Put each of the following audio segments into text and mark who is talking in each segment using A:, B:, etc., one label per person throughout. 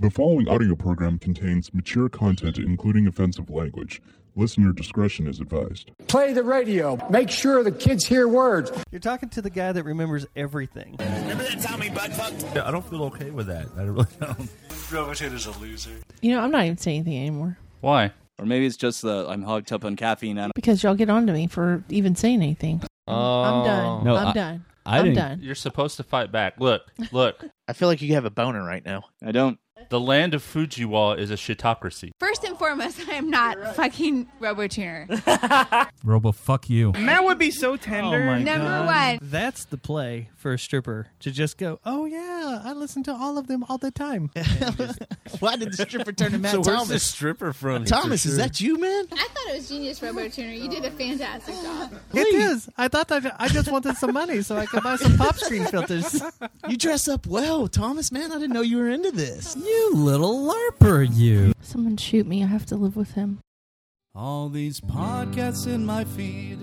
A: The following audio program contains mature content, including offensive language. Listener discretion is advised.
B: Play the radio. Make sure the kids hear words.
C: You're talking to the guy that remembers everything.
D: Oh
E: Remember that time we butt fucked?
F: Yeah, I don't feel okay with that. I really don't.
G: Robotator's a loser.
H: You know, I'm not even saying anything anymore
I: Why?
E: Or maybe it's just that I'm hogged up on caffeine. And
H: because y'all get on to me for even saying anything. I'm done.
J: No,
H: I'm
J: I-
H: done.
J: I
H: am
J: didn't-
H: done.
I: You're supposed to fight back. Look, look.
D: I feel like you have a boner right now.
E: I don't.
I: the land of Fujiwa is a shitocracy.
K: First and foremost, I am not fucking RoboTuner.
F: Robo, fuck you.
G: That would be so tender.
K: Number one.
C: That's the play for a stripper to just go, oh yeah, I listen to all of them all the time.
D: Why did the stripper turn to Matt
F: So where's the
D: Thomas?
F: stripper from?
D: Thomas, is that you, man?
K: I thought it was genius, RoboTuner. You did a fantastic job.
C: it is. I thought that I just wanted some money so I could buy some pop screen filters.
D: You dress up well, Thomas, man. I didn't know you were into this.
J: You little LARPer, you.
H: Someone shoot me. I have to live with him.
J: All these podcasts in my feed,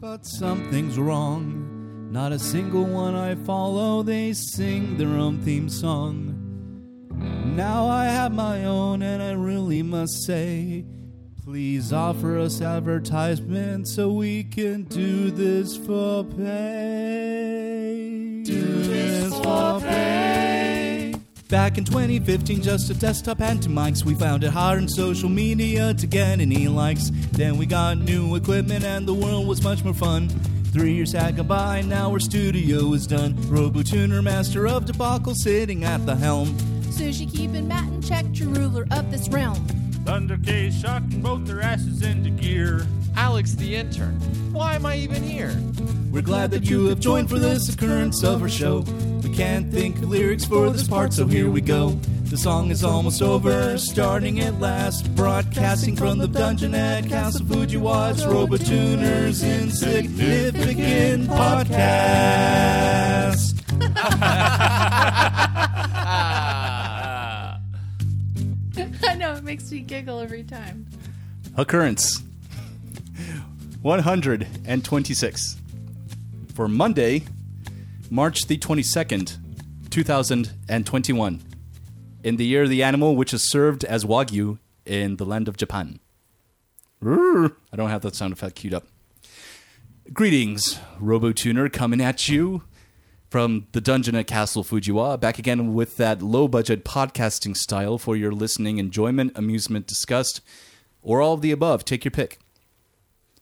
J: but something's wrong. Not a single one I follow, they sing their own theme song. Now I have my own, and I really must say, please offer us advertisement so we can do this for pay. Do this for pay. Back in 2015, just a desktop and two mics. We found it hard on social media to get any likes. Then we got new equipment and the world was much more fun. Three years had gone by, now our studio is done. RoboTuner, master of debacle, sitting at the helm.
K: Sushi keeping Matt in check, true ruler of this realm.
I: Thunder K shocking both their asses into gear.
D: Alex, the intern. Why am I even here?
J: We're glad that you have joined for this occurrence of our show. We can't think of lyrics for this part, so here we go. The song is almost over, starting at last. Broadcasting from the dungeon at Castle Fujiwa's Robotuner's Insignificant Podcast.
K: I know, it makes me giggle every time.
D: Occurrence 126 for Monday, March the 22nd, 2021, in the year of the animal which is served as wagyu in the land of Japan. Roar. I don't have that sound effect queued up. Greetings, RoboTuner, coming at you from the dungeon at Castle Fujiwa, back again with that low budget podcasting style for your listening enjoyment, amusement, disgust, or all of the above. Take your pick.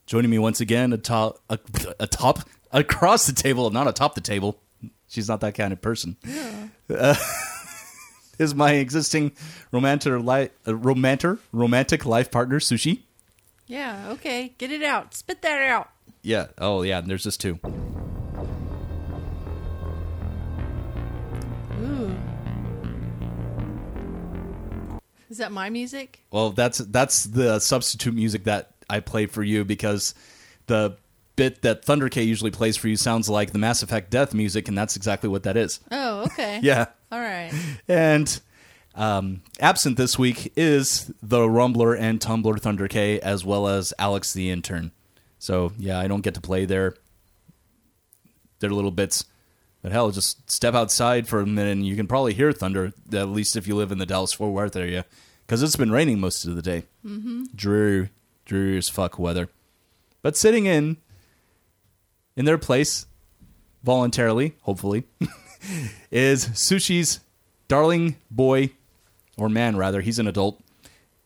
D: Joining me once again atop, a- atop across the table, not atop the table. She's not that kind of person. Uh, is my existing romantic, li- uh, romantic, romantic life partner, Sushi.
H: Yeah, okay. Get it out. Spit that out.
D: Yeah. Oh, yeah. And there's this too.
H: Ooh. Is that my music?
D: Well, that's that's the substitute music that I play for you because the bit that Thunder K usually plays for you sounds like the Mass Effect death music, and that's exactly what that is.
H: Oh, okay.
D: Yeah.
H: All right.
D: And um, absent this week is the Rumbler and Tumblr Thunder K, as well as Alex the intern. So yeah, I don't get to play their their little bits. But hell, just step outside for a minute, and you can probably hear thunder. At least if you live in the Dallas Fort Worth area, because it's been raining most of the day. Mm-hmm. Dreary, dreary as fuck weather. But sitting in in their place voluntarily, hopefully, is Sushi's darling boy, or man rather, he's an adult,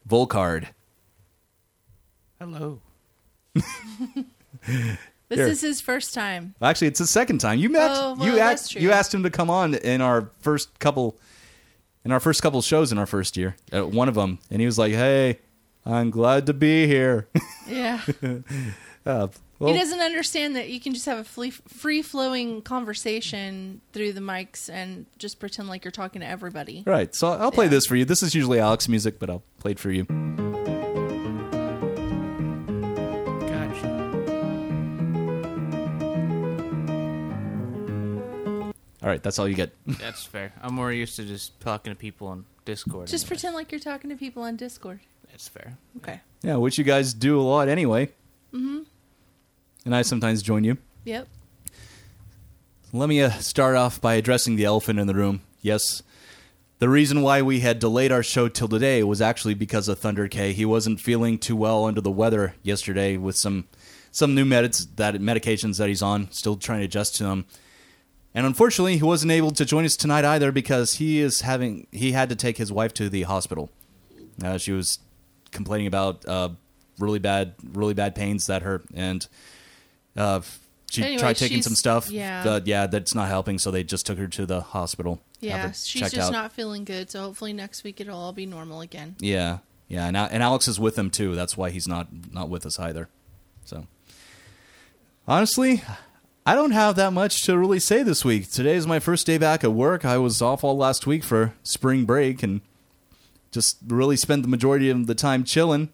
D: Volcard.
F: Hello.
H: This
D: Here.
H: is his first time.
D: Actually, it's his second time. You met,
H: Oh, well,
D: you
H: that's
D: asked,
H: true.
D: you asked him to come on in our first couple, in our first couple shows in our first year, at one of them, and he was like, "Hey, I'm glad to be here."
H: Yeah.
D: uh,
H: he
D: well,
H: doesn't understand that you can just have a free flowing conversation through the mics and just pretend like you're talking to everybody.
D: right. So I'll play
H: Yeah.
D: this for you. This is usually Alex music, but I'll play it for you. All right, that's all you get.
J: That's fair. I'm more used to just talking to people on Discord.
H: Just pretend like you're talking to people on Discord.
J: That's fair.
H: Okay.
D: Yeah, which you guys do a lot anyway. Mm-hmm. And I sometimes join you.
H: Yep.
D: Let me uh, start off by addressing the elephant in the room. Yes, The reason why we had delayed our show till today was actually because of Thunder K. He wasn't feeling too well under the weather yesterday with some some new meds that medications that he's on, still trying to adjust to them. And unfortunately, he wasn't able to join us tonight either because he is having he had to take his wife to the hospital. Uh, she was complaining about uh, really bad really bad pains that hurt and uh, she
H: Anyway,
D: tried taking
H: she's-
D: some stuff. Uh,
H: yeah.
D: that- yeah, that's not helping. So they just took her to the hospital. have
H: Yeah,
D: her
H: she's
D: checked
H: just
D: out.
H: not feeling good. So hopefully next week it'll all be normal again.
D: Yeah, yeah, and, Al- and Alex is with him too. That's why he's not not with us either. So honestly, I don't have that much to really say this week. Today is my first day back at work. I was off all last week for spring break and just really spent the majority of the time chilling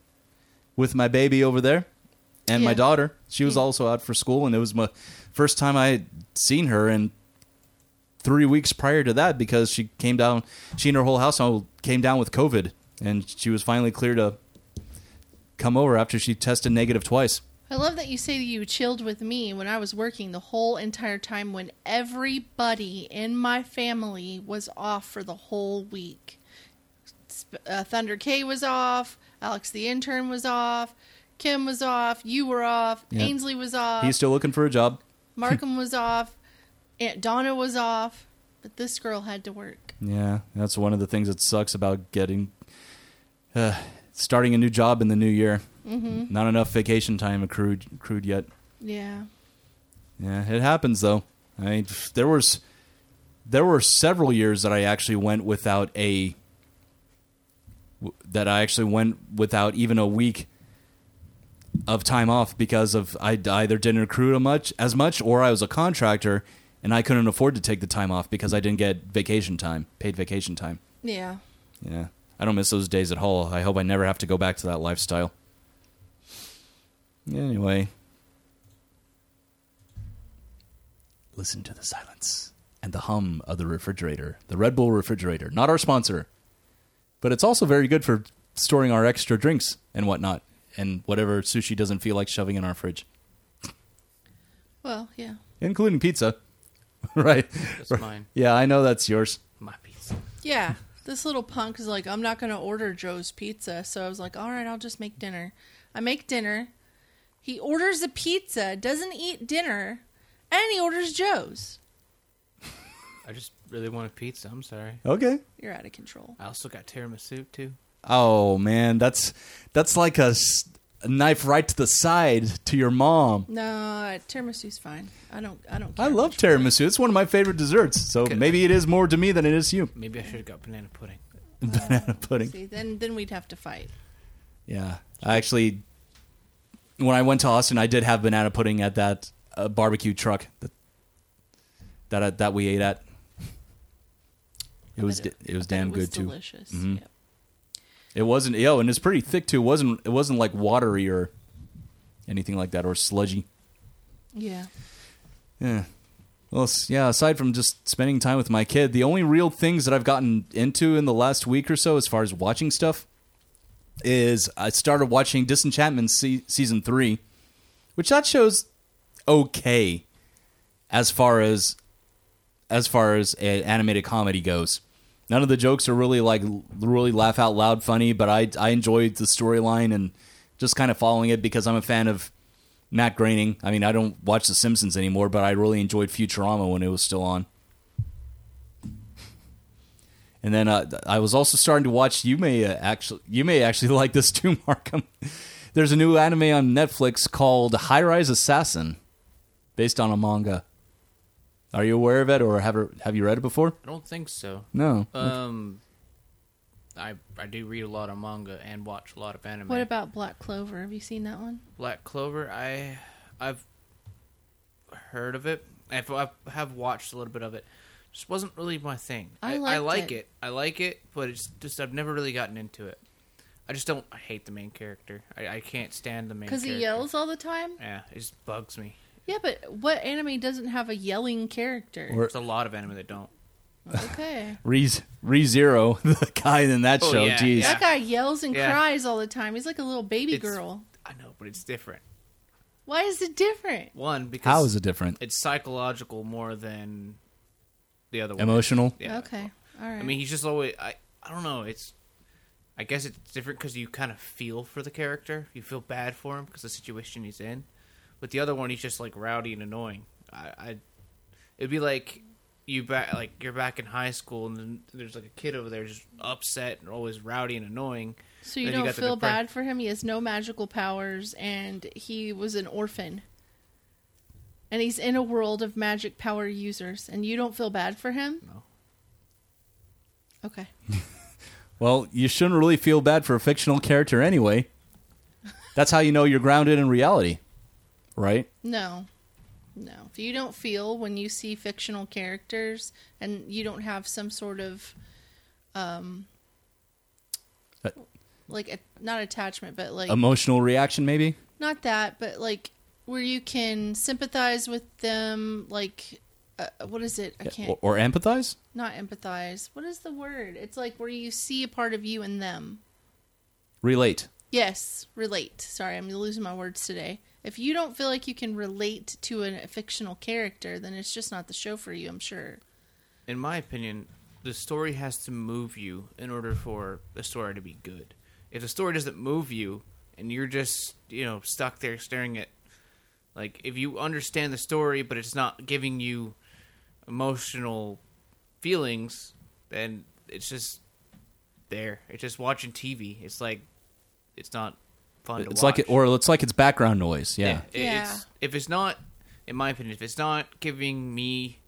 D: with my baby over there and my
L: Yeah.
D: daughter. She was also out for school, and it was my first time I had seen her in three weeks prior to that because she came down. She and her whole household came down with COVID, and she was finally clear to come over after she tested negative twice.
H: I love that you say that you chilled with me when I was working the whole entire time when everybody in my family was off for the whole week. Sp- Uh, Thunder K was off, Alex the intern was off, Kim was off, you were off,
D: Yeah.
H: Ainsley was off,
D: He's still looking for a job.
H: Markham was off, Aunt Donna was off, but this girl had to work.
D: Yeah, that's one of the things that sucks about getting uh, starting a new job in the new year.
H: Mhm.
D: Not enough vacation time accrued accrued yet.
H: Yeah.
D: Yeah, it happens though. I mean, there was there were several years that I actually went without a w- that I actually went without even a week of time off because of I d- either didn't accrue much as much or I was a contractor and I couldn't afford to take the time off because I didn't get vacation time, paid vacation time.
H: Yeah.
D: Yeah. I don't miss those days at all. I hope I never have to go back to that lifestyle. Anyway. Listen to the silence and the hum of the refrigerator, the Red Bull refrigerator. Not our sponsor, but it's also very good for storing our extra drinks and whatnot and whatever sushi doesn't feel like shoving in our fridge,
H: Well, yeah.
D: including pizza. right.
M: That's mine.
D: Yeah, I know that's yours.
M: My pizza.
H: Yeah. This little punk is like, I'm not going to order Joe's pizza. So I was like, all right, I'll just make dinner. I make dinner. He orders a pizza, doesn't eat dinner, and he orders Joe's.
M: I just really want a pizza. I'm sorry.
D: Okay.
H: You're out of control.
M: I also got tiramisu too.
D: Oh man, that's that's like a, s- a knife right to the side to your mom.
H: No, uh, tiramisu's fine. I don't, I don't
D: I love tiramisu. It's one of my favorite desserts. So maybe it is more to me than it is to you.
M: Maybe I should have got banana pudding.
D: Banana pudding.
H: see. Then, then we'd have to fight.
D: Yeah, I actually, when I went to Austin, I did have banana pudding at that uh, barbecue truck that that I- that we ate at. It was d- it was damn
H: it was
D: good too.
H: delicious,
D: Mhm. It wasn't yo, and it's pretty thick too. It wasn't It wasn't like watery or anything like that or sludgy.
H: Yeah.
D: Yeah. Well, s- yeah, aside from just spending time with my kid, the only real things that I've gotten into in the last week or so as far as watching stuff is I started watching Disenchantment se- season 3, which that shows okay as far as as far as a animated comedy goes. None of the jokes are really like l- really laugh out loud funny, but I I enjoyed the storyline and just kind of following it because I'm a fan of Matt Groening. I mean, I don't watch The Simpsons anymore, but I really enjoyed Futurama when it was still on. And then uh, th- I was also starting to watch. You may uh, actually you may actually like this too, Markham. There's a new anime on Netflix called High Rise Assassin, based on a manga. Are you aware of it, or have have you read it before?
M: I don't think so.
D: No.
F: Hmm.
M: Um, I I do read a lot of manga and watch a lot of anime.
H: What about Black Clover? Have you seen that one?
M: Black Clover? I I've heard of it. I've, I have watched a little bit of it. Just wasn't really my thing.
H: I
M: I
H: liked
M: like
H: it.
M: it. I like it, but it's just I've never really gotten into it. I just don't. I hate the main character. I, I can't stand the main.
H: Because
M: character.
H: he yells all the time?
M: Yeah, it just bugs me.
H: Yeah, but what anime doesn't have a yelling character?
M: There's a lot of anime that don't.
H: Okay.
D: Re Zero, the guy in that
M: Oh,
D: show.
M: yeah,
D: Jeez.
M: yeah.
H: That guy yells and
M: Yeah.
H: cries all the time. He's like a little baby
M: It's-
H: girl.
M: I know, but it's different.
H: Why is it different?
M: One because
D: How is it different?
M: It's psychological more than the other one.
D: Emotional?
M: Yeah.
H: Okay. All right.
M: I mean, he's just always. I I don't know. It's. I guess it's different because you kind of feel for the character. You feel bad for him because the situation he's in. With the other one, he's just like rowdy and annoying. I, I it'd be like you back like you're back in high school and then there's like a kid over there just upset and always rowdy and annoying.
H: So you
M: Then
H: don't
M: got the
H: feel
M: depre-
H: bad for him. He has no magical powers, and he was an orphan. And he's in a world of magic power users, and you don't feel bad for him.
M: No.
H: Okay.
D: Well, you shouldn't really feel bad for a fictional character anyway. That's how you know you're grounded in reality, right?
H: No. No. If you don't feel when you see fictional characters, and you don't have some sort of, um,
D: Uh,
H: like a, not attachment, but like
D: Emotional reaction, maybe?
H: not that, but like where you can sympathize with them, like uh, what is it? I can't.
D: Or, or empathize?
H: not empathize. What is the word? It's like where you see a part of you in them.
D: Relate.
H: Yes, relate. Sorry, I'm losing my words today. If you don't feel like you can relate to an- a fictional character, then it's just not the show for you, I'm sure.
M: in my opinion, the story has to move you in order for the story to be good. If the story doesn't move you and you're just, you know, stuck there staring at like if you understand the story but it's not giving you emotional feelings, then it's just there. It's just watching TV. It's like it's not fun to
D: It's like
M: watch.
D: it, or it's like it's background noise. Yeah.
M: It- It's, if it's not, in my opinion, if it's not giving me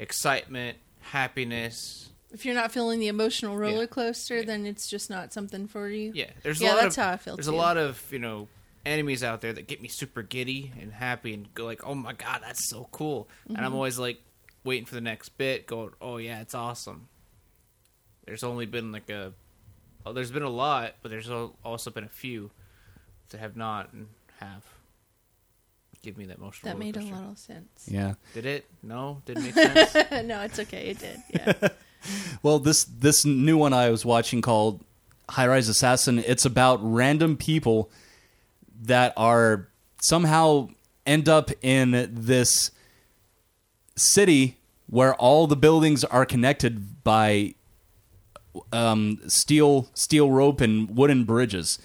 M: excitement, happiness,
H: If you're not feeling the emotional roller coaster, then it's just not something for you.
M: yeah, there's
H: yeah,
M: a lot
H: that's
M: of,
H: how I feel.
M: There's
H: too.
M: a lot of you know enemies out there that get me super giddy and happy and go like, oh my god, that's so cool, and I'm
H: Mhm.
M: always like waiting for the next bit, going, oh yeah, it's awesome. There's only been like a, oh, there's been a lot, but there's al- also been a few that have not and have. Give me that emotional.
H: that made a
M: rollercoaster.
H: lot of sense.
D: Yeah.
M: Did it? No, didn't make sense.
H: no, it's okay. It did. Yeah.
D: Well, this this new one I was watching called High Rise Assassin. It's about random people that are somehow end up in this city where all the buildings are connected by um, steel steel rope and wooden bridges.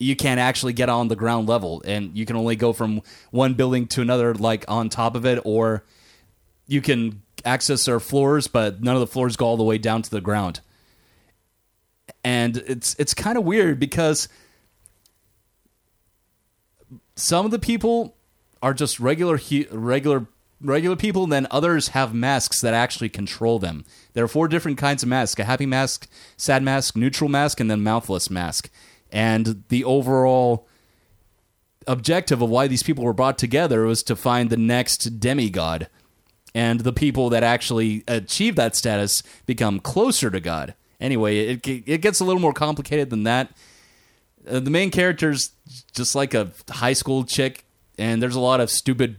D: You can't actually get on the ground level, and you can only go from one building to another, like on top of it, or you can access their floors, but none of the floors go all the way down to the ground. And it's it's kind of weird because some of the people are just regular hu- regular regular people and then others have masks that actually control them there are four different kinds of masks a happy mask sad mask neutral mask and then mouthless mask and the overall objective of why these people were brought together was to find the next demigod and the people that actually achieve that status become closer to god anyway it, it gets a little more complicated than that uh, the main character's just like a high school chick, and there's a lot of stupid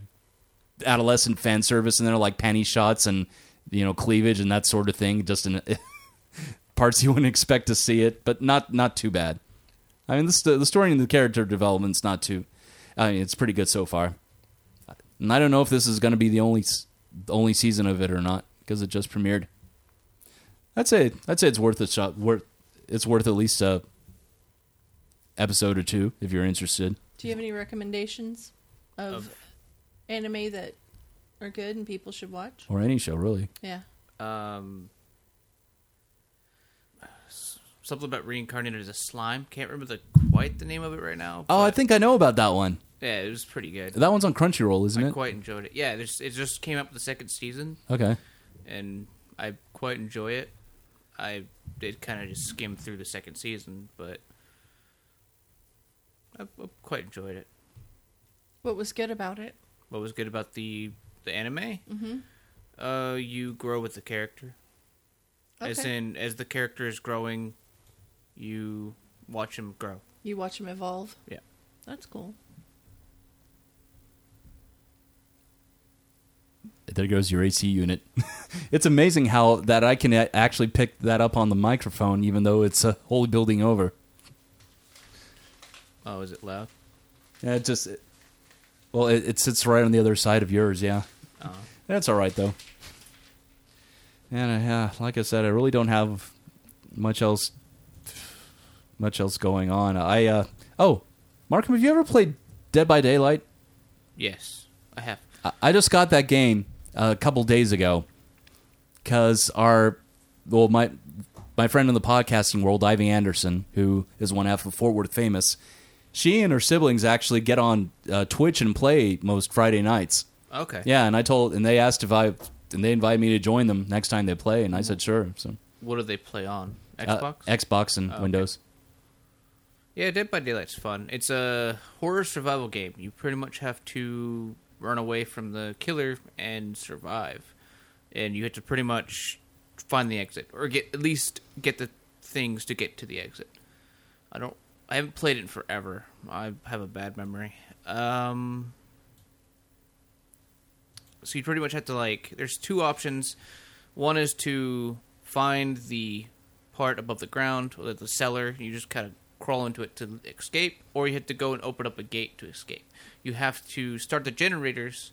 D: adolescent fan service, and there are like panty shots and you know cleavage and that sort of thing, just in parts you wouldn't expect to see it, but not not too bad. I mean, the, st- the story and the character development's not too. I mean, it's pretty good so far, and I don't know if this is going to be the only s- the only season of it or not because it just premiered. I'd say I'd say it's worth a shot. Worth it's worth at least a episode or two if you're interested.
H: Do you have any recommendations of, anime that are good and people should watch?
D: Or any show, really.
H: Yeah.
M: um, s- something about reincarnated as a slime. Can't remember the quite the name of it right now.
D: Oh, I think I know about that one.
M: Yeah, it was pretty good.
D: That one's on Crunchyroll, isn't
M: I
D: it?
M: quite enjoyed it. Yeah, there's, it just came up the second season.
D: Okay.
M: And I quite enjoy it. I did kind of just skim through the second season, but I, I quite enjoyed it.
H: What was good about it?
M: What was good about the the anime?
H: Mhm.
M: Uh, you grow with the character. As
H: Okay.
M: in, as the character is growing, you watch him grow.
H: You watch them evolve.
M: Yeah.
H: That's cool.
D: There goes your AC unit. it's amazing how that I can a- actually pick that up on the microphone, even though it's a whole building over.
M: Oh, is it loud?
D: Yeah, it just, it- well, it, it sits right on the other side of yours. Yeah,
M: Oh.
D: that's all right though. And I, uh, like I said, I really don't have much else, much else going on. I uh, oh, Markham, have you ever played Dead by Daylight?
M: Yes, I have.
D: I- I just got that game uh, a couple days ago because our well my my friend in the podcasting world, Ivy Anderson, who is one half of Fort Worth Famous, she and her siblings actually get on uh, Twitch and play most Friday nights.
M: Okay.
D: Yeah, and I told and they asked if I and they invited me to join them next time they play, and I said sure. So
M: What do they play on?
D: uh,
M: Xbox.
D: Xbox, and
M: Oh, okay.
D: Windows.
M: Yeah, Dead by Daylight's fun. It's a horror survival game. You pretty much have to run away from the killer and survive, and you have to pretty much find the exit or get at least get the things to get to the exit. I don't. I haven't played it in forever. I have a bad memory. Um, so you pretty much have to like there's two options one is to find the part above the ground or the cellar you just kind of crawl into it to escape or you have to go and open up a gate to escape you have to start the generators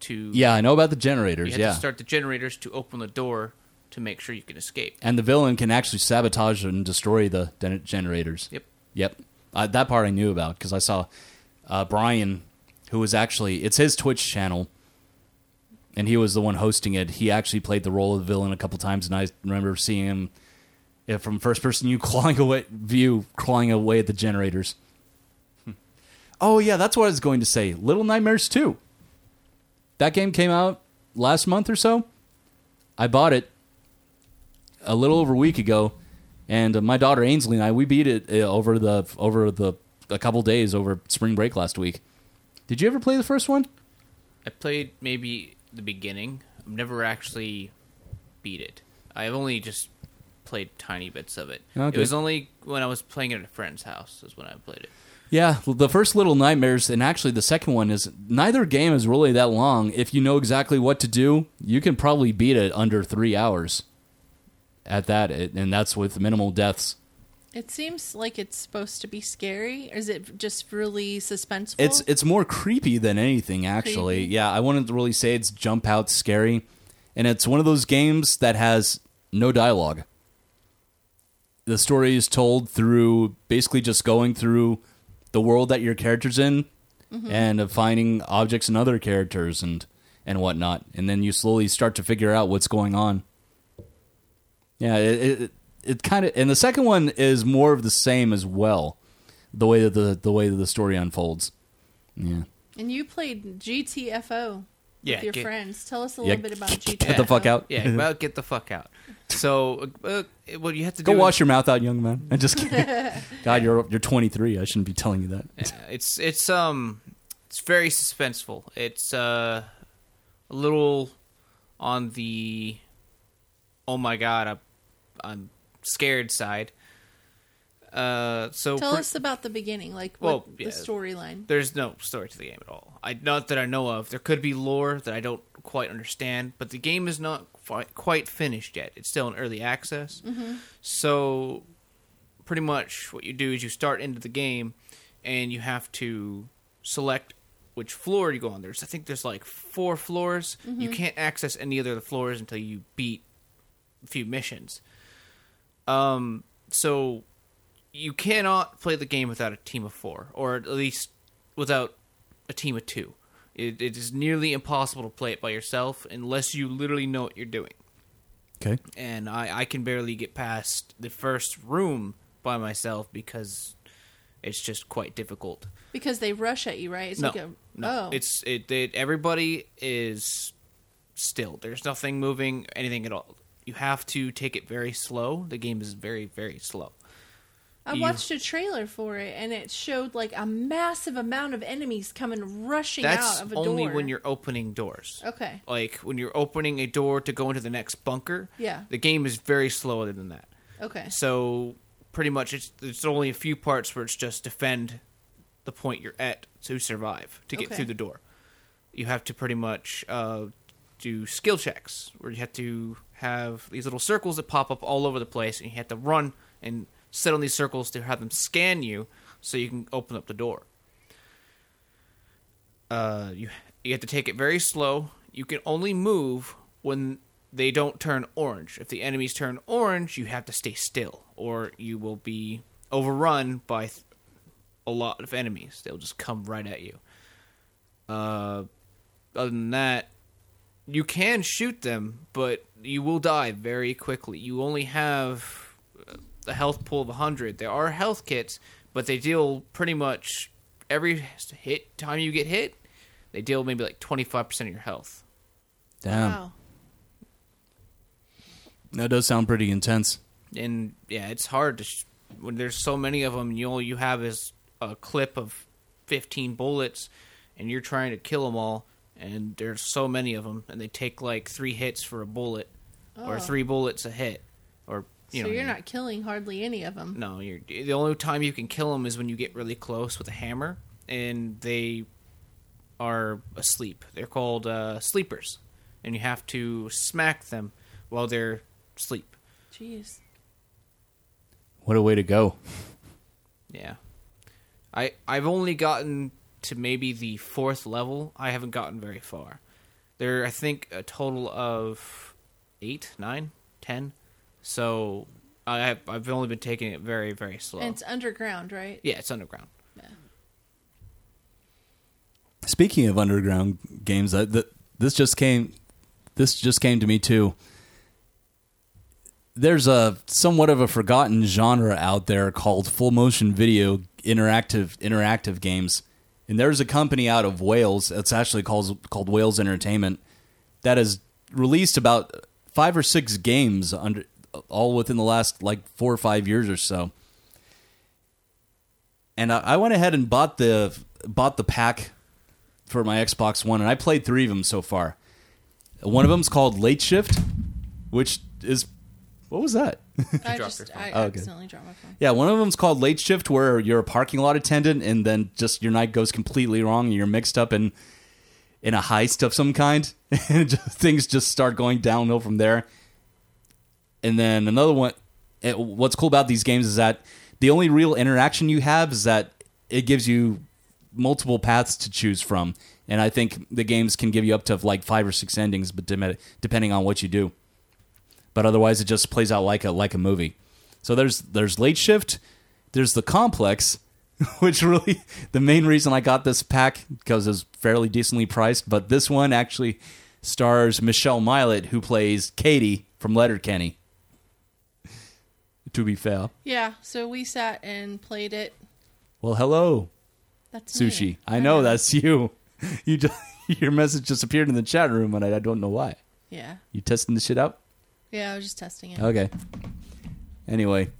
M: to
D: Yeah, I know about the generators,
M: you have
D: yeah.
M: to start the generators to open the door to make sure you can escape
D: And the villain can actually sabotage and destroy the den- generators.
M: Yep.
D: Yep. Uh, that part I knew about because I saw uh, Brian, who was actually, it's his Twitch channel, and he was the one hosting it. He actually played the role of the villain a couple times, and I remember seeing him yeah, from first person you clawing away, view clawing away at the generators. Hmm. Oh, yeah, that's what I was going to say. Little Nightmares 2. That game came out last month or so. I bought it a little over a week ago, and uh, my daughter Ainsley and I we beat it uh, over the over the a couple days over spring break last week. Did you ever play the first one?
M: I played maybe the beginning. I've never actually beat it. I've only just played tiny bits of it.
D: Okay.
M: It was only when I was playing it at a friend's house is when I played it.
D: Yeah, well, the first Little Nightmares, and actually the second one is neither game is really that long. If you know exactly what to do, you can probably beat it under three hours. At that, it- and that's with minimal deaths.
H: It seems like it's supposed to be scary. Or is it just really suspenseful?
D: It's it's more creepy than anything, actually.
H: Creepy.
D: Yeah, I wouldn't really say it's jump out scary, and it's one of those games that has no dialogue. The story is told through basically just going through the world that your character's in,
L: Mhm.
D: and of finding objects and other characters and and whatnot, and then you slowly start to figure out what's going on. Yeah, it it, it kind of and the second one is more of the same as well, the way that the the way that the story unfolds. Yeah,
H: and you played GTFO
M: Yeah,
H: with your
M: get-
H: friends. Tell us a
D: Yeah,
H: little bit about GTFO.
D: Get the fuck out.
M: Yeah, well, get the fuck out. So, uh, what you have to
D: go
M: do
D: wash
M: is-
D: your mouth out, young man. I just kidding. God, you're you're 23. I shouldn't be telling you that.
M: Yeah, it's it's um it's very suspenseful. It's uh a little on the oh my god, I'm, I'm scared side. Uh, so
H: Tell
M: pre-
H: us about the beginning, like what
M: yeah,
H: the storyline.
M: There's no story to the game at all. I not that I know of. There could be lore that I don't quite understand, but the game is not fi- quite finished yet. It's still in early access.
H: Mhm.
M: So pretty much what you do is you start into the game and you have to select which floor you go on. There's I think there's like four floors. You
N: Mhm.
M: can't access any other of the floors until you beat a few missions. Um so you cannot play the game without a team of four, or at least without a team of two. It, it is nearly impossible to play it by yourself unless you literally know what you're doing.
D: Okay.
M: And I, I can barely get past the first room by myself because it's just quite difficult.
H: Because they rush at you, right? It's
M: no,
H: like a
M: no,
H: oh.
M: it's it, it. Everybody is still. There's nothing moving, anything at all. You have to take it very slow. The game is very, very slow.
H: I
M: you-
H: watched a trailer for it and it showed like a massive amount of enemies coming rushing
M: That's
H: out of a
M: only
H: door.
M: when you're opening doors.
H: Okay.
M: Like when you're opening a door to go into the next bunker.
H: Yeah.
M: The game is very slower than that.
H: Okay.
M: So pretty much it's there's only a few parts where it's just defend the point you're at to survive to get
N: Okay.
M: through the door. You have to pretty much uh, do skill checks where you have to have these little circles that pop up all over the place and you have to run and sit on these circles to have them scan you so you can open up the door uh, you you have to take it very slow. You can only move when they don't turn orange. If the enemies turn orange, you have to stay still, or you will be overrun by th- a lot of enemies. They'll just come right at you. Uh, other than that, you can shoot them, but you will die very quickly. You only have uh, a health pool of 100. There are health kits, but they deal pretty much every hit time you get hit, they deal maybe like 25% of your health.
D: Damn. That does sound pretty intense.
M: and yeah, it's hard to sh- when there's so many of them. And you all you have is a clip of fifteen bullets, and you're trying to kill them all. And there's so many of them, and they take like three hits for a bullet,
H: Oh.
M: or three bullets a hit, or you
H: so
M: know.
H: you're not killing hardly any of them.
M: No, you're the only time you can kill them is when you get really close with a hammer, and they are asleep. They're called uh, sleepers, and you have to smack them while they're asleep.
H: Jeez.
D: What a way to go.
M: Yeah. I I've only gotten to maybe the fourth level. I haven't gotten very far. There are, I think a total of eight, nine, ten. So I have, I've only been taking it very very slow.
H: And it's underground, right?
M: yeah, it's underground.
D: Speaking of underground games, that, that this just came this just came to me too. There's a somewhat of a forgotten genre out there called full motion video interactive interactive games. And there's a company out of Wales, it's actually called called Wales Entertainment that has released about 5 or 6 games under all within the last like 4 or 5 years or so and I, I went ahead and bought the bought the pack for my Xbox One, and I played three of them so far. One of them's called Late Shift, which is what was that?
H: I just I
D: Oh, okay.
H: accidentally dropped my phone.
D: Yeah, one of them's called Late Shift, where you're a parking lot attendant, and then just your night goes completely wrong, and you're mixed up in in a heist of some kind, and just, things just start going downhill from there. And then another one. It, what's cool about these games is that the only real interaction you have is that it gives you multiple paths to choose from, and I think the games can give you up to like five or six endings, but dem- depending on what you do but otherwise it just plays out like a like a movie. So there's there's late shift, there's the complex, which really the main reason I got this pack because it's fairly decently priced. But this one actually stars Michelle Milet, who plays Katie from Letterkenny. To be fair,
H: Yeah, so we sat and played it.
D: well, hello,
H: That's me.
D: sushi. I know that's you. You just, your message just appeared in the chat room, and I, I don't know why.
H: Yeah.
D: You testing the shit out?
H: Yeah, I was just testing it.
D: Okay. Anyway,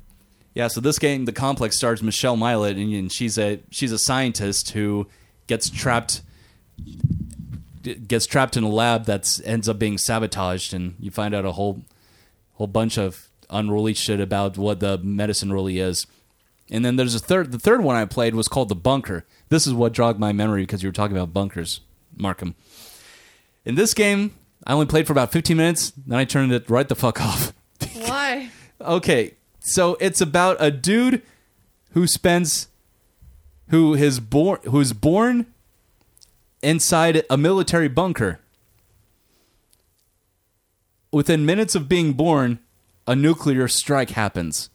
D: yeah. So this game, The Complex, stars Michelle Milet, and- and she's a she's a scientist who gets trapped gets trapped in a lab that's ends up being sabotaged, and you find out a whole whole bunch of unruly shit about what the medicine really is. And then there's a third. The third one I played was called The Bunker. This is what jogged my memory because you were talking about bunkers, Markham. In this game, I only played for about 15 minutes, then I turned it right the fuck off.
H: Why?
D: Okay, so it's about a dude who spends who is born who's born inside a military bunker. Within minutes of being born, a nuclear strike happens.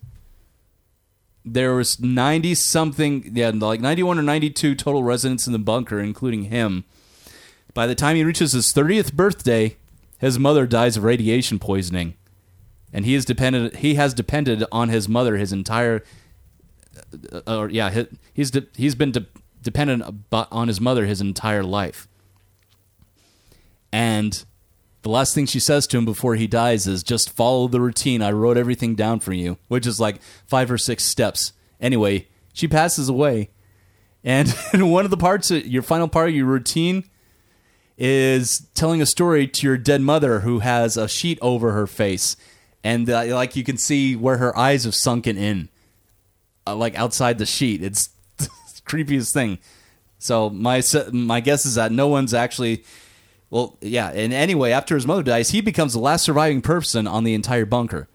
D: There was 90 something, yeah, like 91 or 92 total residents in the bunker including him. By the time he reaches his 30th birthday, his mother dies of radiation poisoning and he is dependent. He has depended on his mother his entire, uh, or yeah, he, he's de- he's been de- dependent abo- on his mother his entire life. And the last thing she says to him before he dies is just follow the routine. I wrote everything down for you, which is like five or six steps. Anyway, she passes away, and in one of the parts, of- your final part of your routine is telling a story to your dead mother who has a sheet over her face and uh, like you can see where her eyes have sunken in uh, like outside the sheet it's the creepiest thing so my se- my guess is that no one's actually well yeah and anyway after his mother dies he becomes the last surviving person on the entire bunker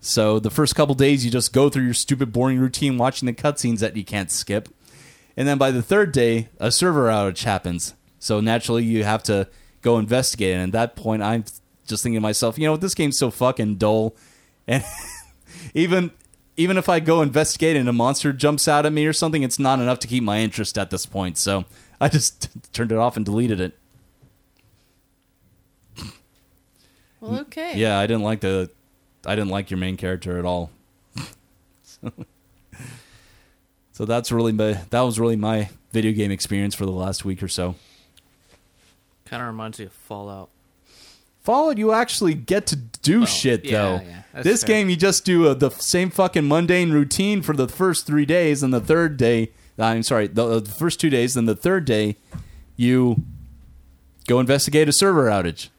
D: so the first couple days you just go through your stupid boring routine watching the cutscenes that you can't skip and then by the third day, a server outage happens. So naturally, you have to go investigate. And at that point, I'm just thinking to myself, you know, this game's so fucking dull, and even even if I go investigate and a monster jumps out at me or something, it's not enough to keep my interest at this point. So I just turned it off and deleted it.
H: Well, okay.
D: Mm, Yeah, I didn't like the I didn't like your main character at all. so, so that's really my that was really my video game experience for the last week or so.
M: Kind of reminds me of Fallout.
D: Fallout, you actually get to do shit
M: yeah,
D: though.
M: yeah, that's
D: this
M: fair.
D: game, you just do uh the same fucking mundane routine for the first three days, and the third day, I'm sorry, the, uh, the first two days, then the third day, you go investigate a server outage.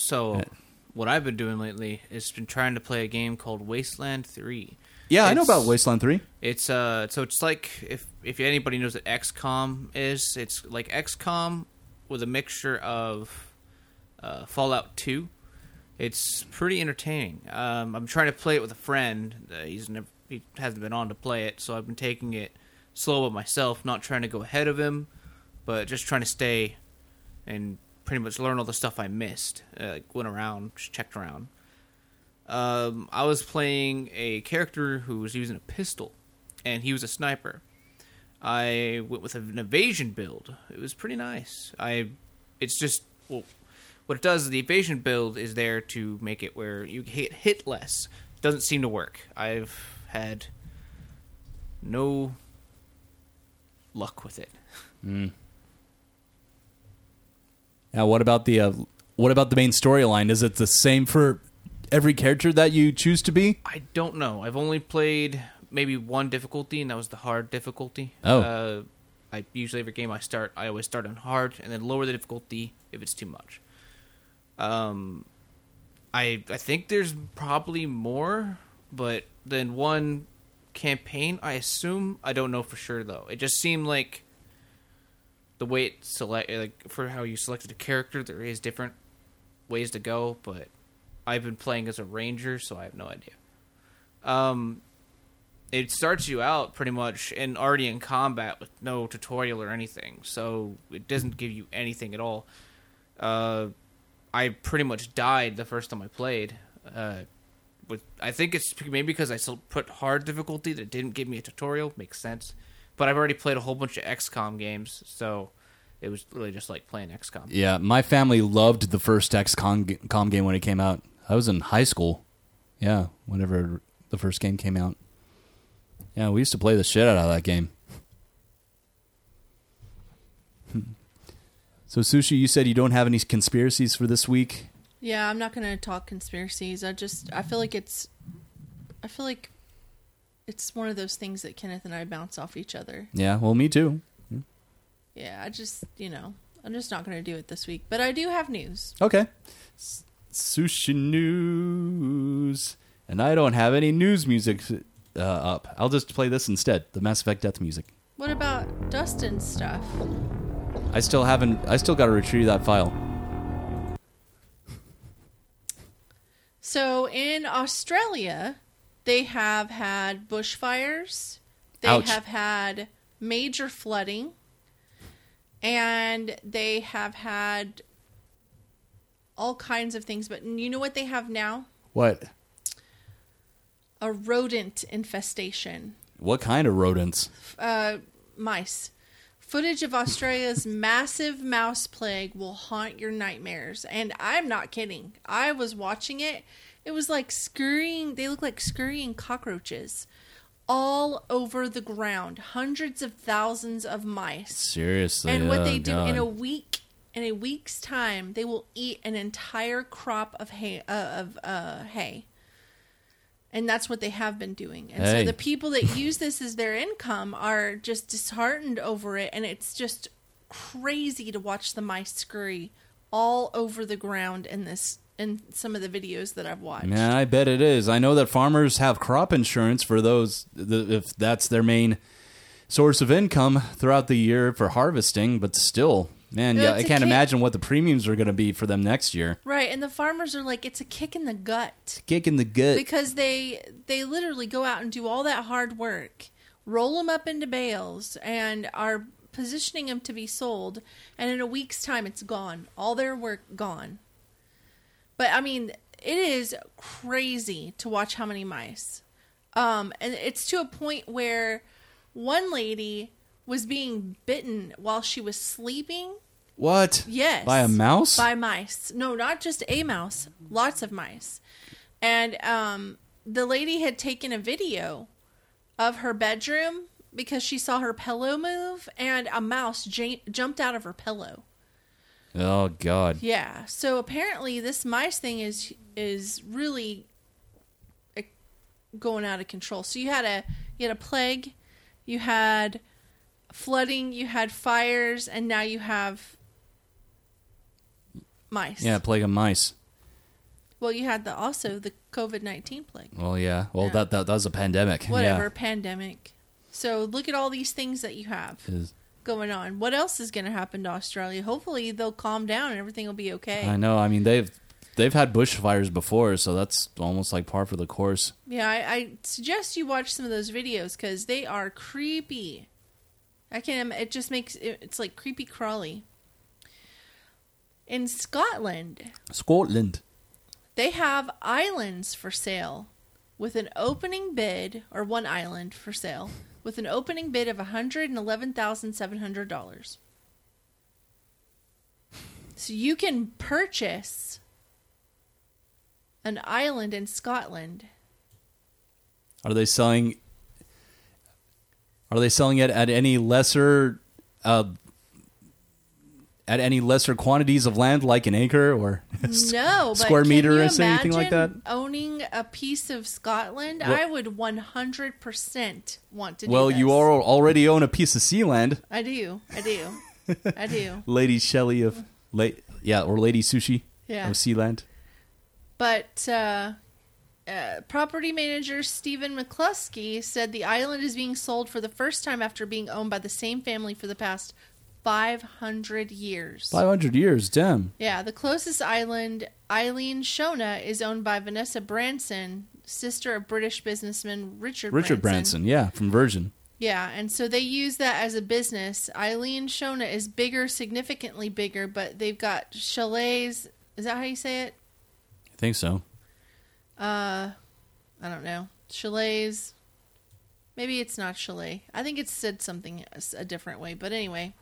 M: So, what I've been doing lately is been trying to play a game called Wasteland Three.
D: Yeah, I know
M: It's-
D: about Wasteland Three.
M: It's uh, so it's like if if anybody knows what XCOM is, it's like XCOM with a mixture of uh, Fallout Two. It's pretty entertaining. Um, I'm trying to play it with a friend. Uh, he's never he hasn't been on to play it, so I've been taking it slow with myself, not trying to go ahead of him, but just trying to stay and pretty much learn all the stuff I missed. Uh, like went around, just checked around. Um, I was playing a character who was using a pistol, and he was a sniper. I went with an evasion build. It was pretty nice. I, it's just well, what it does is the evasion build is there to make it where you hit hit less. Doesn't seem to work. I've had no luck with it.
D: Mm. Now, what about the uh, what about the main storyline? Is it the same for every character that you choose to be?
M: I don't know. I've only played maybe one difficulty, and that was the hard difficulty.
D: Oh.
M: Uh, I usually every game I start, I always start on hard, and then lower the difficulty if it's too much. Um, I I think there's probably more, but then one campaign. I assume I don't know for sure though. It just seemed like the way it select like for how you selected a character, there is different ways to go, but I've been playing as a ranger, so I have no idea. Um, it starts you out pretty much and already in combat with no tutorial or anything, so it doesn't give you anything at all. Uh, I pretty much died the first time I played. Uh, with I think it's maybe because I still put hard difficulty that didn't give me a tutorial. Makes sense, but I've already played a whole bunch of XCOM games, so it was really just like playing XCOM.
D: Yeah, my family loved the first XCOM com game when it came out. I was in high school. Yeah, whenever the first game came out. Yeah, we used to play the shit out of that game. so, Sushi, you said you don't have any conspiracies for this week.
H: Yeah, I'm not going to talk conspiracies. I just I feel like it's I feel like it's one of those things that Kenneth and I bounce off each other.
D: Yeah, well, me too.
H: Yeah, I just, you know, I'm just not going to do it this week, but I do have news.
D: Okay. S- sushi news. And I don't have any news music uh, up. I'll just play this instead the Mass Effect death music.
H: What about Dustin's stuff?
D: I still haven't. I still got to retrieve that file.
H: So in Australia, they have had bushfires, they
K: Ouch.
H: have had major flooding, and they have had all kinds of things. But you know what they have now?
D: What?
H: A rodent infestation.
D: What kind of rodents?
H: Uh, mice. Footage of Australia's massive mouse plague will haunt your nightmares. And I'm not kidding. I was watching it. It was like scurrying, they look like scurrying cockroaches all over the ground. Hundreds of thousands of mice.
D: Seriously.
H: And what they
D: oh,
H: do
D: God.
H: in a week, in a week's time, they will eat an entire crop of hay. Uh, of uh, hay. And that's what they have been doing. And
K: Hey.
H: so the people that use this as their income are just disheartened over it, and it's just crazy to watch the mice scurry all over the ground in this in some of the videos that I've watched.
D: Man, I bet it is. I know that farmers have crop insurance for those the, if that's their main source of income throughout the year for harvesting. But still, man,
H: No,
D: yeah,
H: it's
D: I
H: a
D: can't
H: kid-
D: imagine what the premiums are going to be for them next year.
H: Right, and the farmers are like, it's a kick in the gut.
D: Kick in the gut.
H: because they they literally go out and do all that hard work, roll them up into bales, and are positioning them to be sold, and in a week's time, it's gone. All their work gone. But I mean, it is crazy to watch how many mice. Um, and it's to a point where one lady was being bitten while she was sleeping.
D: What?
H: Yes.
D: By a mouse?
H: By mice. No, not just a mouse. Lots of mice. And um, the lady had taken a video of her bedroom because she saw her pillow move and a mouse j- jumped out of her pillow.
D: oh God.
H: Yeah. So apparently this mice thing is is really eh, going out of control. So you had a you had a plague, you had flooding, you had fires, and now you have mice.
D: Yeah, plague of mice.
H: Well, you had the also the COVID nineteen plague.
D: Well, yeah. Well, That, that that was a pandemic.
H: Whatever pandemic. So look at all these things that you have
D: Yeah. Is-
H: going on. What else is going to happen to Australia? Hopefully they'll calm down and everything will be okay.
D: I know. I mean, they've they've had bushfires before, so that's almost like par for the course.
H: Yeah, I, I suggest you watch some of those videos because they are creepy. I can't. It just makes it, it's like creepy crawly. In Scotland,
D: Scotland.
H: they have islands for sale with an opening bid, or one island for sale with an opening bid of one hundred and eleven thousand seven hundred dollars. So you can purchase an island in Scotland
D: Are they selling? Are they selling it at any lesser, uh, at any lesser quantities of land, like an acre or s-
H: no but
D: square
H: can
D: meter
H: you
D: or anything like that?
H: imagine Owning a piece of Scotland,
D: Well-
H: I would one hundred percent want to. Do
D: Well,
H: this.
D: you are already own a piece of sea land,
H: I do. I do. I do.
D: Lady Shelley of La- yeah, or Lady Sushi
H: Yeah.
D: of Sealand.
H: But uh, uh, property manager Stephen McCluskey said the island is being sold for the first time after being owned by the same family for the past five hundred years.
D: Five hundred years, damn.
H: Yeah, the closest island, Eileen Shona, is owned by Vanessa Branson, sister of British businessman Richard
D: Richard Branson, yeah, from Virgin.
H: Yeah, and so they use that as a business. Eileen Shona is bigger, significantly bigger, but they've got chalets. Is that how you say it?
D: I think so.
H: Uh, I don't know. Chalets. Maybe it's not chalet. I think it's said something s- a different way, but anyway,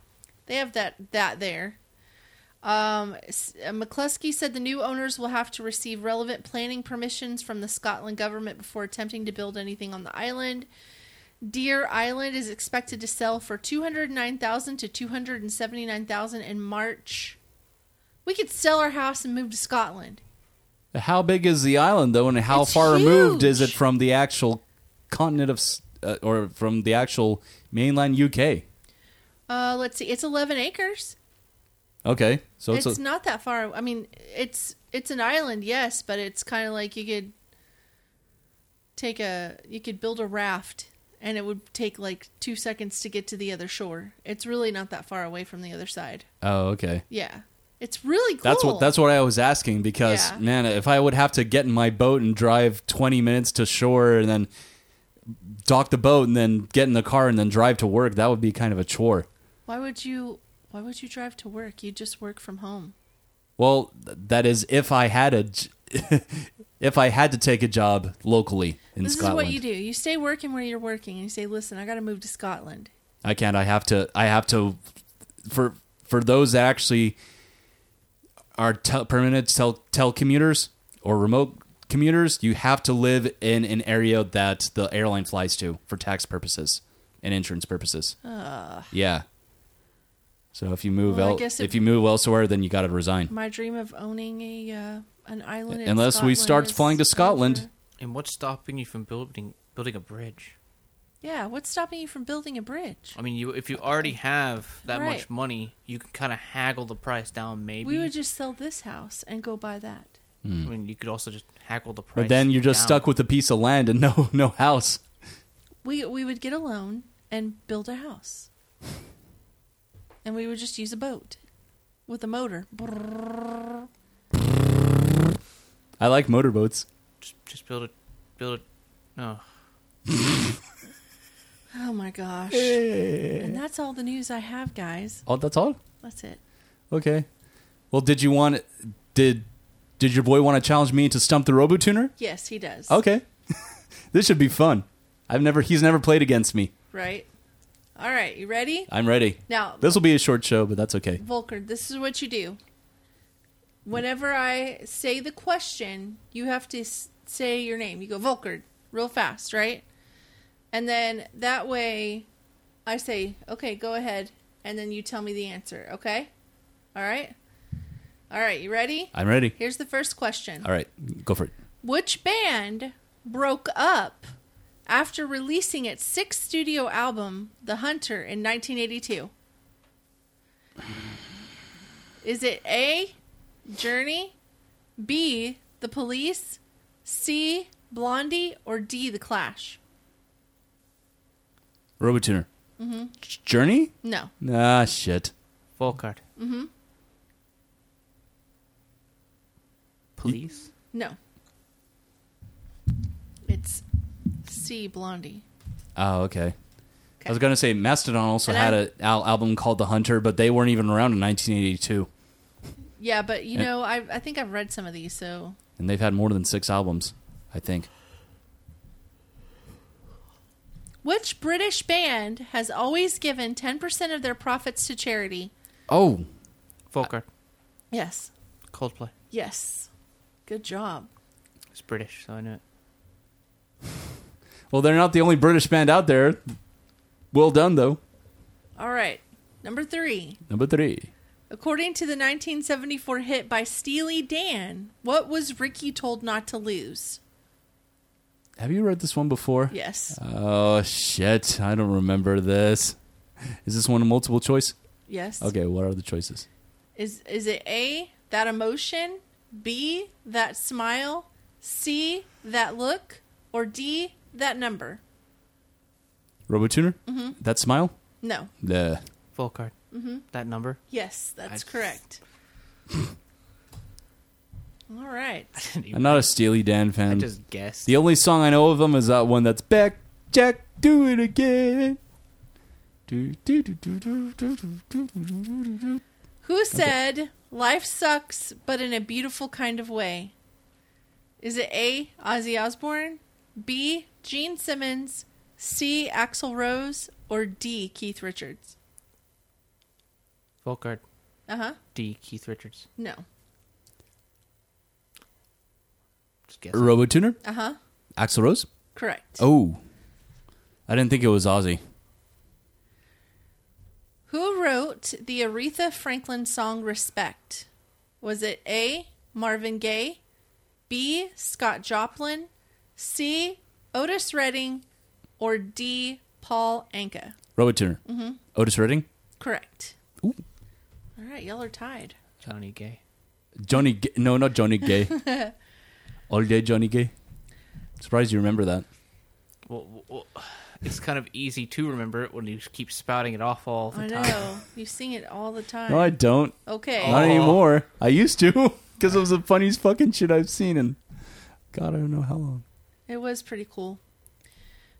H: they have that that there. Um, s- uh, McCluskey said the new owners will have to receive relevant planning permissions from the Scotland government before attempting to build anything on the island. Deer Island is expected to sell for two hundred nine thousand to two hundred and seventy nine thousand in March. We could sell our house and move to Scotland.
D: How big is the island though, and how far removed is it from the actual continent of, s- uh, or from the actual mainland UK?
H: Uh, let's see. It's 11 acres.
D: Okay, so
H: it's
D: it's, a,
H: not that far. I mean, it's it's an island, yes, but it's kind of like you could take a you could build a raft and it would take like 2 seconds to get to the other shore. It's really not that far away from the other side.
D: oh okay.
H: Yeah. It's really cool.
D: That's what that's what I was asking because
H: Yeah.
D: man, if I would have to get in my boat and drive twenty minutes to shore and then dock the boat and then get in the car and then drive to work, that would be kind of a chore.
H: Why would you why would you drive to work? You just work from home.
D: Well, th- that is if I had a j- if I had to take a job locally in
H: this
D: Scotland.
H: is what you do. You stay working where you're working and you say, "Listen, I got to move to Scotland."
D: I can't. I have to. I have to. For for those that actually are tel- permanent tel- telecommuters or remote commuters, you have to live in an area that the airline flies to for tax purposes and insurance purposes.
H: Ugh.
D: Yeah. So if you move
H: Well, I
D: el-
H: guess it-
D: if you move elsewhere, then you got to resign.
H: My dream of owning a uh, an island. in
D: Unless we
H: Scotland
D: start
H: is-
D: flying to Scotland,
M: And what's stopping you from building building a bridge?
H: Yeah, what's stopping you from building a bridge?
M: I mean, you if you already have that
H: Right.
M: much money, you can kind of haggle the price down. Maybe
H: We would just sell this house and go buy that.
M: I mean, you could also just haggle the price.
D: Hmm. but then you're just
M: down.
D: stuck with a piece of land and no no house.
H: We we would get a loan and build a house, and we would just use a boat with a motor. Brrrr.
D: I like motorboats.
M: oh, Just build a build a. No.
H: Oh my gosh.
D: Hey.
M: Eh.
H: And that's all the news I have, guys.
D: Oh, that's all.
H: That's it.
D: Okay. Well, did you want did did your boy want to challenge me to stump the Robo Tuner?
H: Yes, he does.
D: Okay. this should be fun. I've never he's never played against me.
H: Right? All right, you ready?
D: I'm ready.
H: Now-
D: this will be a short show, but that's okay.
H: Volker, this is what you do. Whenever I say the question, you have to s- say your name. You go Volker real fast, right? And then that way I say, "Okay, go ahead." And then you tell me the answer, okay? All right? All right, you ready?
D: I'm ready.
H: Here's the first question.
D: All right, go for it.
H: Which band broke up after releasing its sixth studio album, The Hunter, in 1982? Is it A, Journey, B, The Police, C, Blondie, or D, The Clash?
D: Robo Tuner.
H: hmm
D: Journey?
H: No.
D: Ah shit.
M: Full card.
H: hmm
M: Police?
H: No. It's C, Blondie.
D: Oh, okay. I was gonna say Mastodon also had an al- album called The Hunter, but they weren't even around in 1982,
H: Yeah, but you
D: Eh.
H: know, I, I think I've read some of these, so
D: and they've had more than six albums, I think.
H: Which British band has always given 10% of their profits to charity?
D: Oh,
M: Full card.
H: Yes.
M: Coldplay.
H: Yes. Good job.
M: It's British, so I know it.
D: Well, they're not the only British band out there. Well done though.
H: All right. Number three.
D: Number three.
H: According to the 1974 hit by Steely Dan, what was Ricky told not to lose?
D: Have you read this one before?
H: Yes.
D: Oh shit, I don't remember this. Is this one a multiple choice?
H: Yes.
D: Okay, what are the choices?
H: Is is it A, that emotion, B, that smile, C, that look, or D, that number?
D: Robotuner?
H: Mhm.
D: That smile?
H: No.
D: The
M: Full card.
H: Mhm.
M: That number.
H: Yes, that's
M: I-
H: correct. All right.
D: I'm not a Steely Dan fan. I
M: just guessed.
D: The only song I know of them is that one that's back Jack do it again. Do, do, do, do, do, do, do, do, do, do, do.
H: Who said life sucks, but in a beautiful kind of way? Is it A. Ozzy Osbourne, B. Gene Simmons, C. Axl Rose, or D. Keith Richards?
M: Full card.
H: Uh huh.
M: D. Keith Richards.
H: No.
M: Just guess.
D: Robotuner?
H: Uh huh.
D: Axl Rose?
H: Correct.
D: Oh. I didn't think it was Ozzy.
H: Who wrote the Aretha Franklin song Respect? Was it A. Marvin Gaye, B. Scott Joplin, C. Otis Redding, or D. Paul Anka?
D: Robotuner.
H: Mhm.
D: Otis Redding?
H: Correct. All right, y'all are tied.
M: Johnny Gay.
D: Johnny G- No, not Johnny Gay. All day Johnny Gay. Surprised you remember that.
M: Well, well, well, it's kind of easy to remember it when you keep spouting it off all the
H: I
M: time.
H: know. you sing it all Oh. the time.
D: No, I don't.
H: Okay.
D: Not anymore. I used to because it was the funniest fucking shit I've seen in God, I don't know how long.
H: It was pretty cool.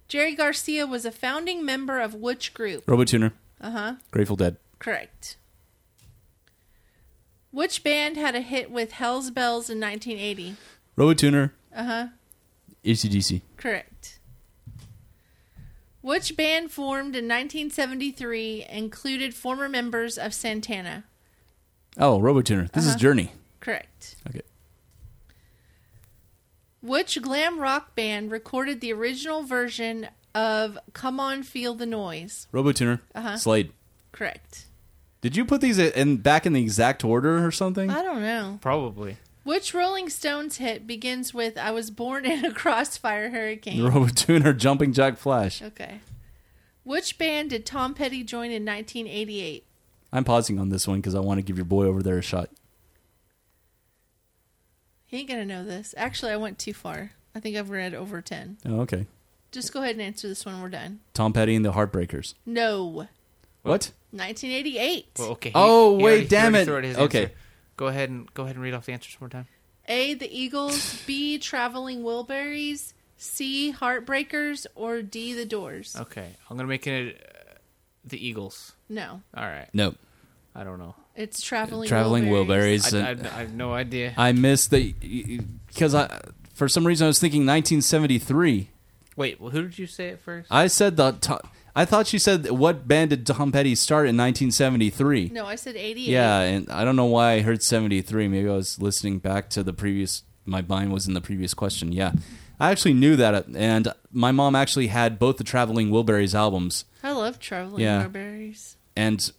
H: Jerry Garcia was a founding member of which group?
D: Robotuner.
H: Uh huh.
D: Grateful Dead.
H: Correct. Which band had a hit with Hell's Bells in 1980?
D: Robotuner.
H: Uh huh.
D: ACDC.
H: Correct. Which band formed in 1973 included former members of Santana?
D: Oh, Robotuner. This
H: Uh-huh.
D: is Journey.
H: Correct.
D: Okay.
H: Which glam rock band recorded the original version of Come On Feel the Noise?
D: Robotuner.
H: Uh-huh.
D: Slade.
H: Correct.
D: Did you put these in back in the exact order or something?
H: I don't know.
M: Probably.
H: Which Rolling Stones hit begins with I was born in a crossfire hurricane?
D: Robotuner, Jumping Jack Flash.
H: Okay. Which band did Tom Petty join in 1988?
D: I'm pausing on this one because I want to give your boy over there a shot.
H: He ain't gonna know this. Actually, I went too far. I think I've read over 10.
D: Oh, okay.
H: Just go ahead and answer this one. We're done.
D: Tom Petty and the Heartbreakers.
H: No.
D: What?
H: 1988.
M: Well, okay. he-
D: Oh, wait,
M: he already- he
D: damn
M: already
D: it.
M: threw out his
D: Okay.
M: answer. Go ahead and go ahead and read off the answers one more time.
H: A. The Eagles. B. Traveling Wilburys. C. Heartbreakers or D. The Doors.
D: Oh.
M: Okay, I'm gonna make it uh, the Eagles.
H: No.
M: All right.
D: No.
M: I don't know.
H: It's traveling.
D: Traveling Wilburys.
M: I, I,
D: and-
M: I have no idea.
D: I missed the because I for some reason I was thinking 1973.
M: Wait, well, who did you say it first?
D: I said the to- I thought she said what band did Tom Petty start in 1973?
H: No, I said 88.
D: Yeah, and I don't know why I heard 73. Maybe I was listening back to the previous my mind was in the previous question. Yeah. I actually knew that and my mom actually had both the Traveling Wilburys albums.
H: I love Traveling
D: Yeah.
H: Wilburys.
D: And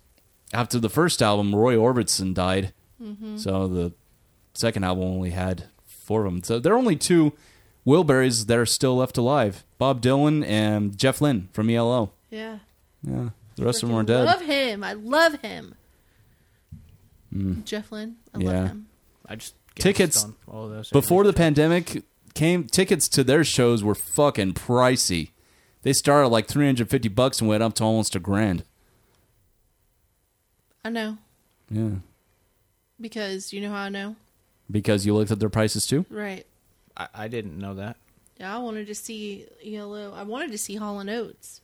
D: after the first album, Roy Orbison died.
H: Mhm.
D: So the second album only had four of them. So there are only two Wilburys that are still left alive Bob Dylan and Jeff Lynne from ELO.
H: Yeah.
D: Yeah. The rest of them are dead.
H: Love him. I love him.
D: Mm.
H: Jeff Lynne. I
D: yeah.
H: love him.
M: I just guessed
D: tickets
M: on all of those.
D: before the pandemic came. Tickets to their shows were fucking pricey. They started at like three hundred fifty bucks and went up to almost a grand.
H: I know
D: Yeah,
H: because you know how I know,
D: because you looked at their prices too.
H: right?
M: I, I didn't know that.
H: Yeah, I wanted to see ELO. I wanted to see Hall and Oates.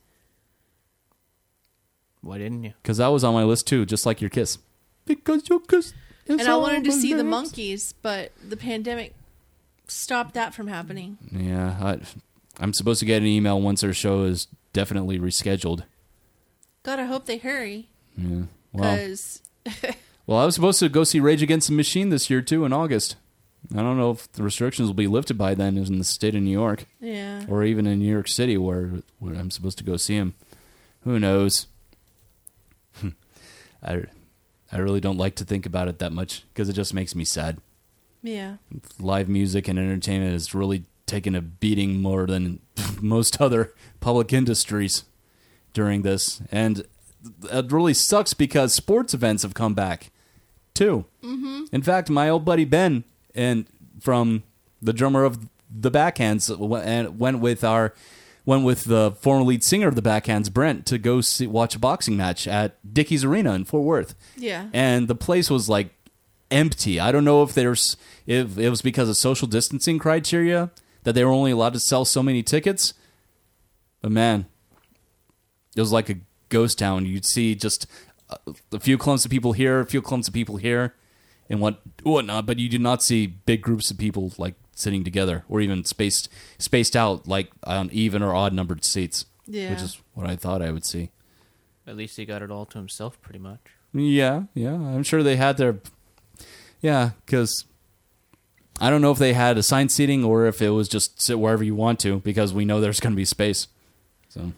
M: Why didn't you?
D: Because that was on my list too, just like your kiss. Because you kiss.
H: And I wanted to see the
K: Oates.
H: monkeys, but the pandemic stopped that from happening.
D: Yeah, I, I'm supposed to get an email once their show is definitely rescheduled.
H: God, I hope they hurry
D: Yeah. Well,
H: because
D: well, I was supposed to go see Rage Against the Machine this year too in August. I don't know if the restrictions will be lifted by then in the state of New York.
H: Yeah.
D: Or even in New York City where, where I'm supposed to go see him. Who knows? I, I really don't like to think about it that much because it just makes me sad.
H: yeah,
D: Live music and entertainment has really taken a beating more than most other public industries during this. And it really sucks because sports events have come back too.
K: Mhm.
D: In fact, my old buddy Ben and from the drummer of the Backhands w- and went with our went with the former lead singer of the Backhands, Brent, to go see, watch a boxing match at Dickey's Arena in Fort Worth.
K: Yeah.
D: and the place was like empty. I don't know if there's if it was because of social distancing criteria that they were only allowed to sell so many tickets. But man, it was like a ghost town. You'd see just a, a few clumps of people here, a few clumps of people here, and what whatnot. But you did not see big groups of people like sitting together or even spaced spaced out like on even or odd numbered seats. which
M: Yeah.
D: is what I thought I would see.
M: At least he got it all to himself, pretty much.
D: Yeah, yeah. I'm sure they had their. Yeah, because I don't know if they had assigned seating or if it was just sit wherever you want to because we know there's going to be space. So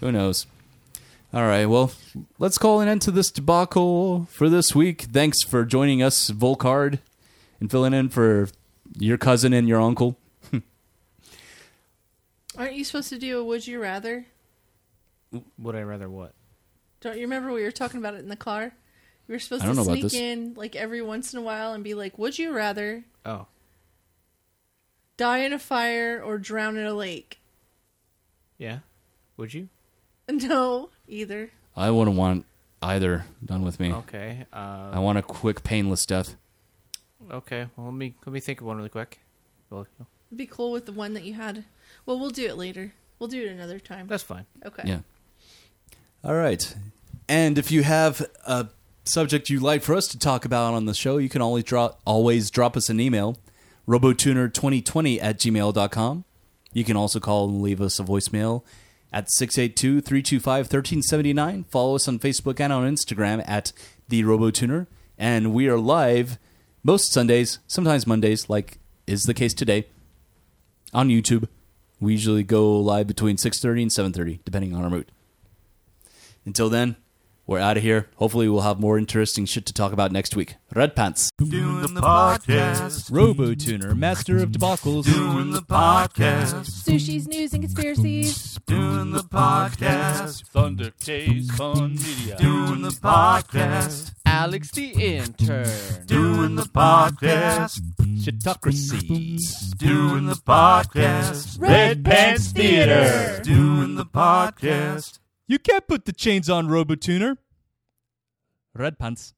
D: who knows? All right, well, let's call an end to this debacle for this week. Thanks for joining us, Volcard, and filling in for your cousin and your uncle.
H: aren't you supposed to do a Would You Rather?
D: Mm.
M: Would I rather what?
H: Don't you remember we were talking about it in the car? We were supposed
M: I don't
H: to
M: know about
H: sneak
M: this.
H: in like every once in a while and be like, "Would you rather
M: Oh,
H: die in a fire or drown in a lake?"
M: yeah. Would you?
H: No, either.
D: I wouldn't want either done with me.
M: Okay, uh,
D: I want a quick, painless death.
M: Okay. Well, let me let me think of one really quick. Well,
H: It'd be cool with the one that you had. Well, we'll do it later. We'll do it another time.
M: That's fine.
H: Okay.
D: Yeah. All right. And if you have a subject you'd like for us to talk about on the show, you can always drop always drop us an email, robotuner2020 at gmail.com. You can also call and leave us a voicemail at 682-325-1379. Follow us on Facebook and on Instagram at the Robotuner. And we are live most Sundays, sometimes Mondays, like is the case today on YouTube. We usually go live between 6:30 and 7:30 depending on our mood. Until then, we're out of here. Hopefully we'll have more interesting shit to talk about next week. Red pants.
F: Doing the podcast.
D: RoboTuner, master of debacles. Doing the podcast.
K: Sushi's news and conspiracies.
F: Doing the podcast. Thunder K's Fun Media. Doing the podcast.
M: Alex the intern.
F: Doing the podcast.
D: Shitocracy.
F: Doing the podcast.
K: Red Pants Theater.
F: Doing the podcast.
D: You can't put the chains on RoboTuner. Red pants.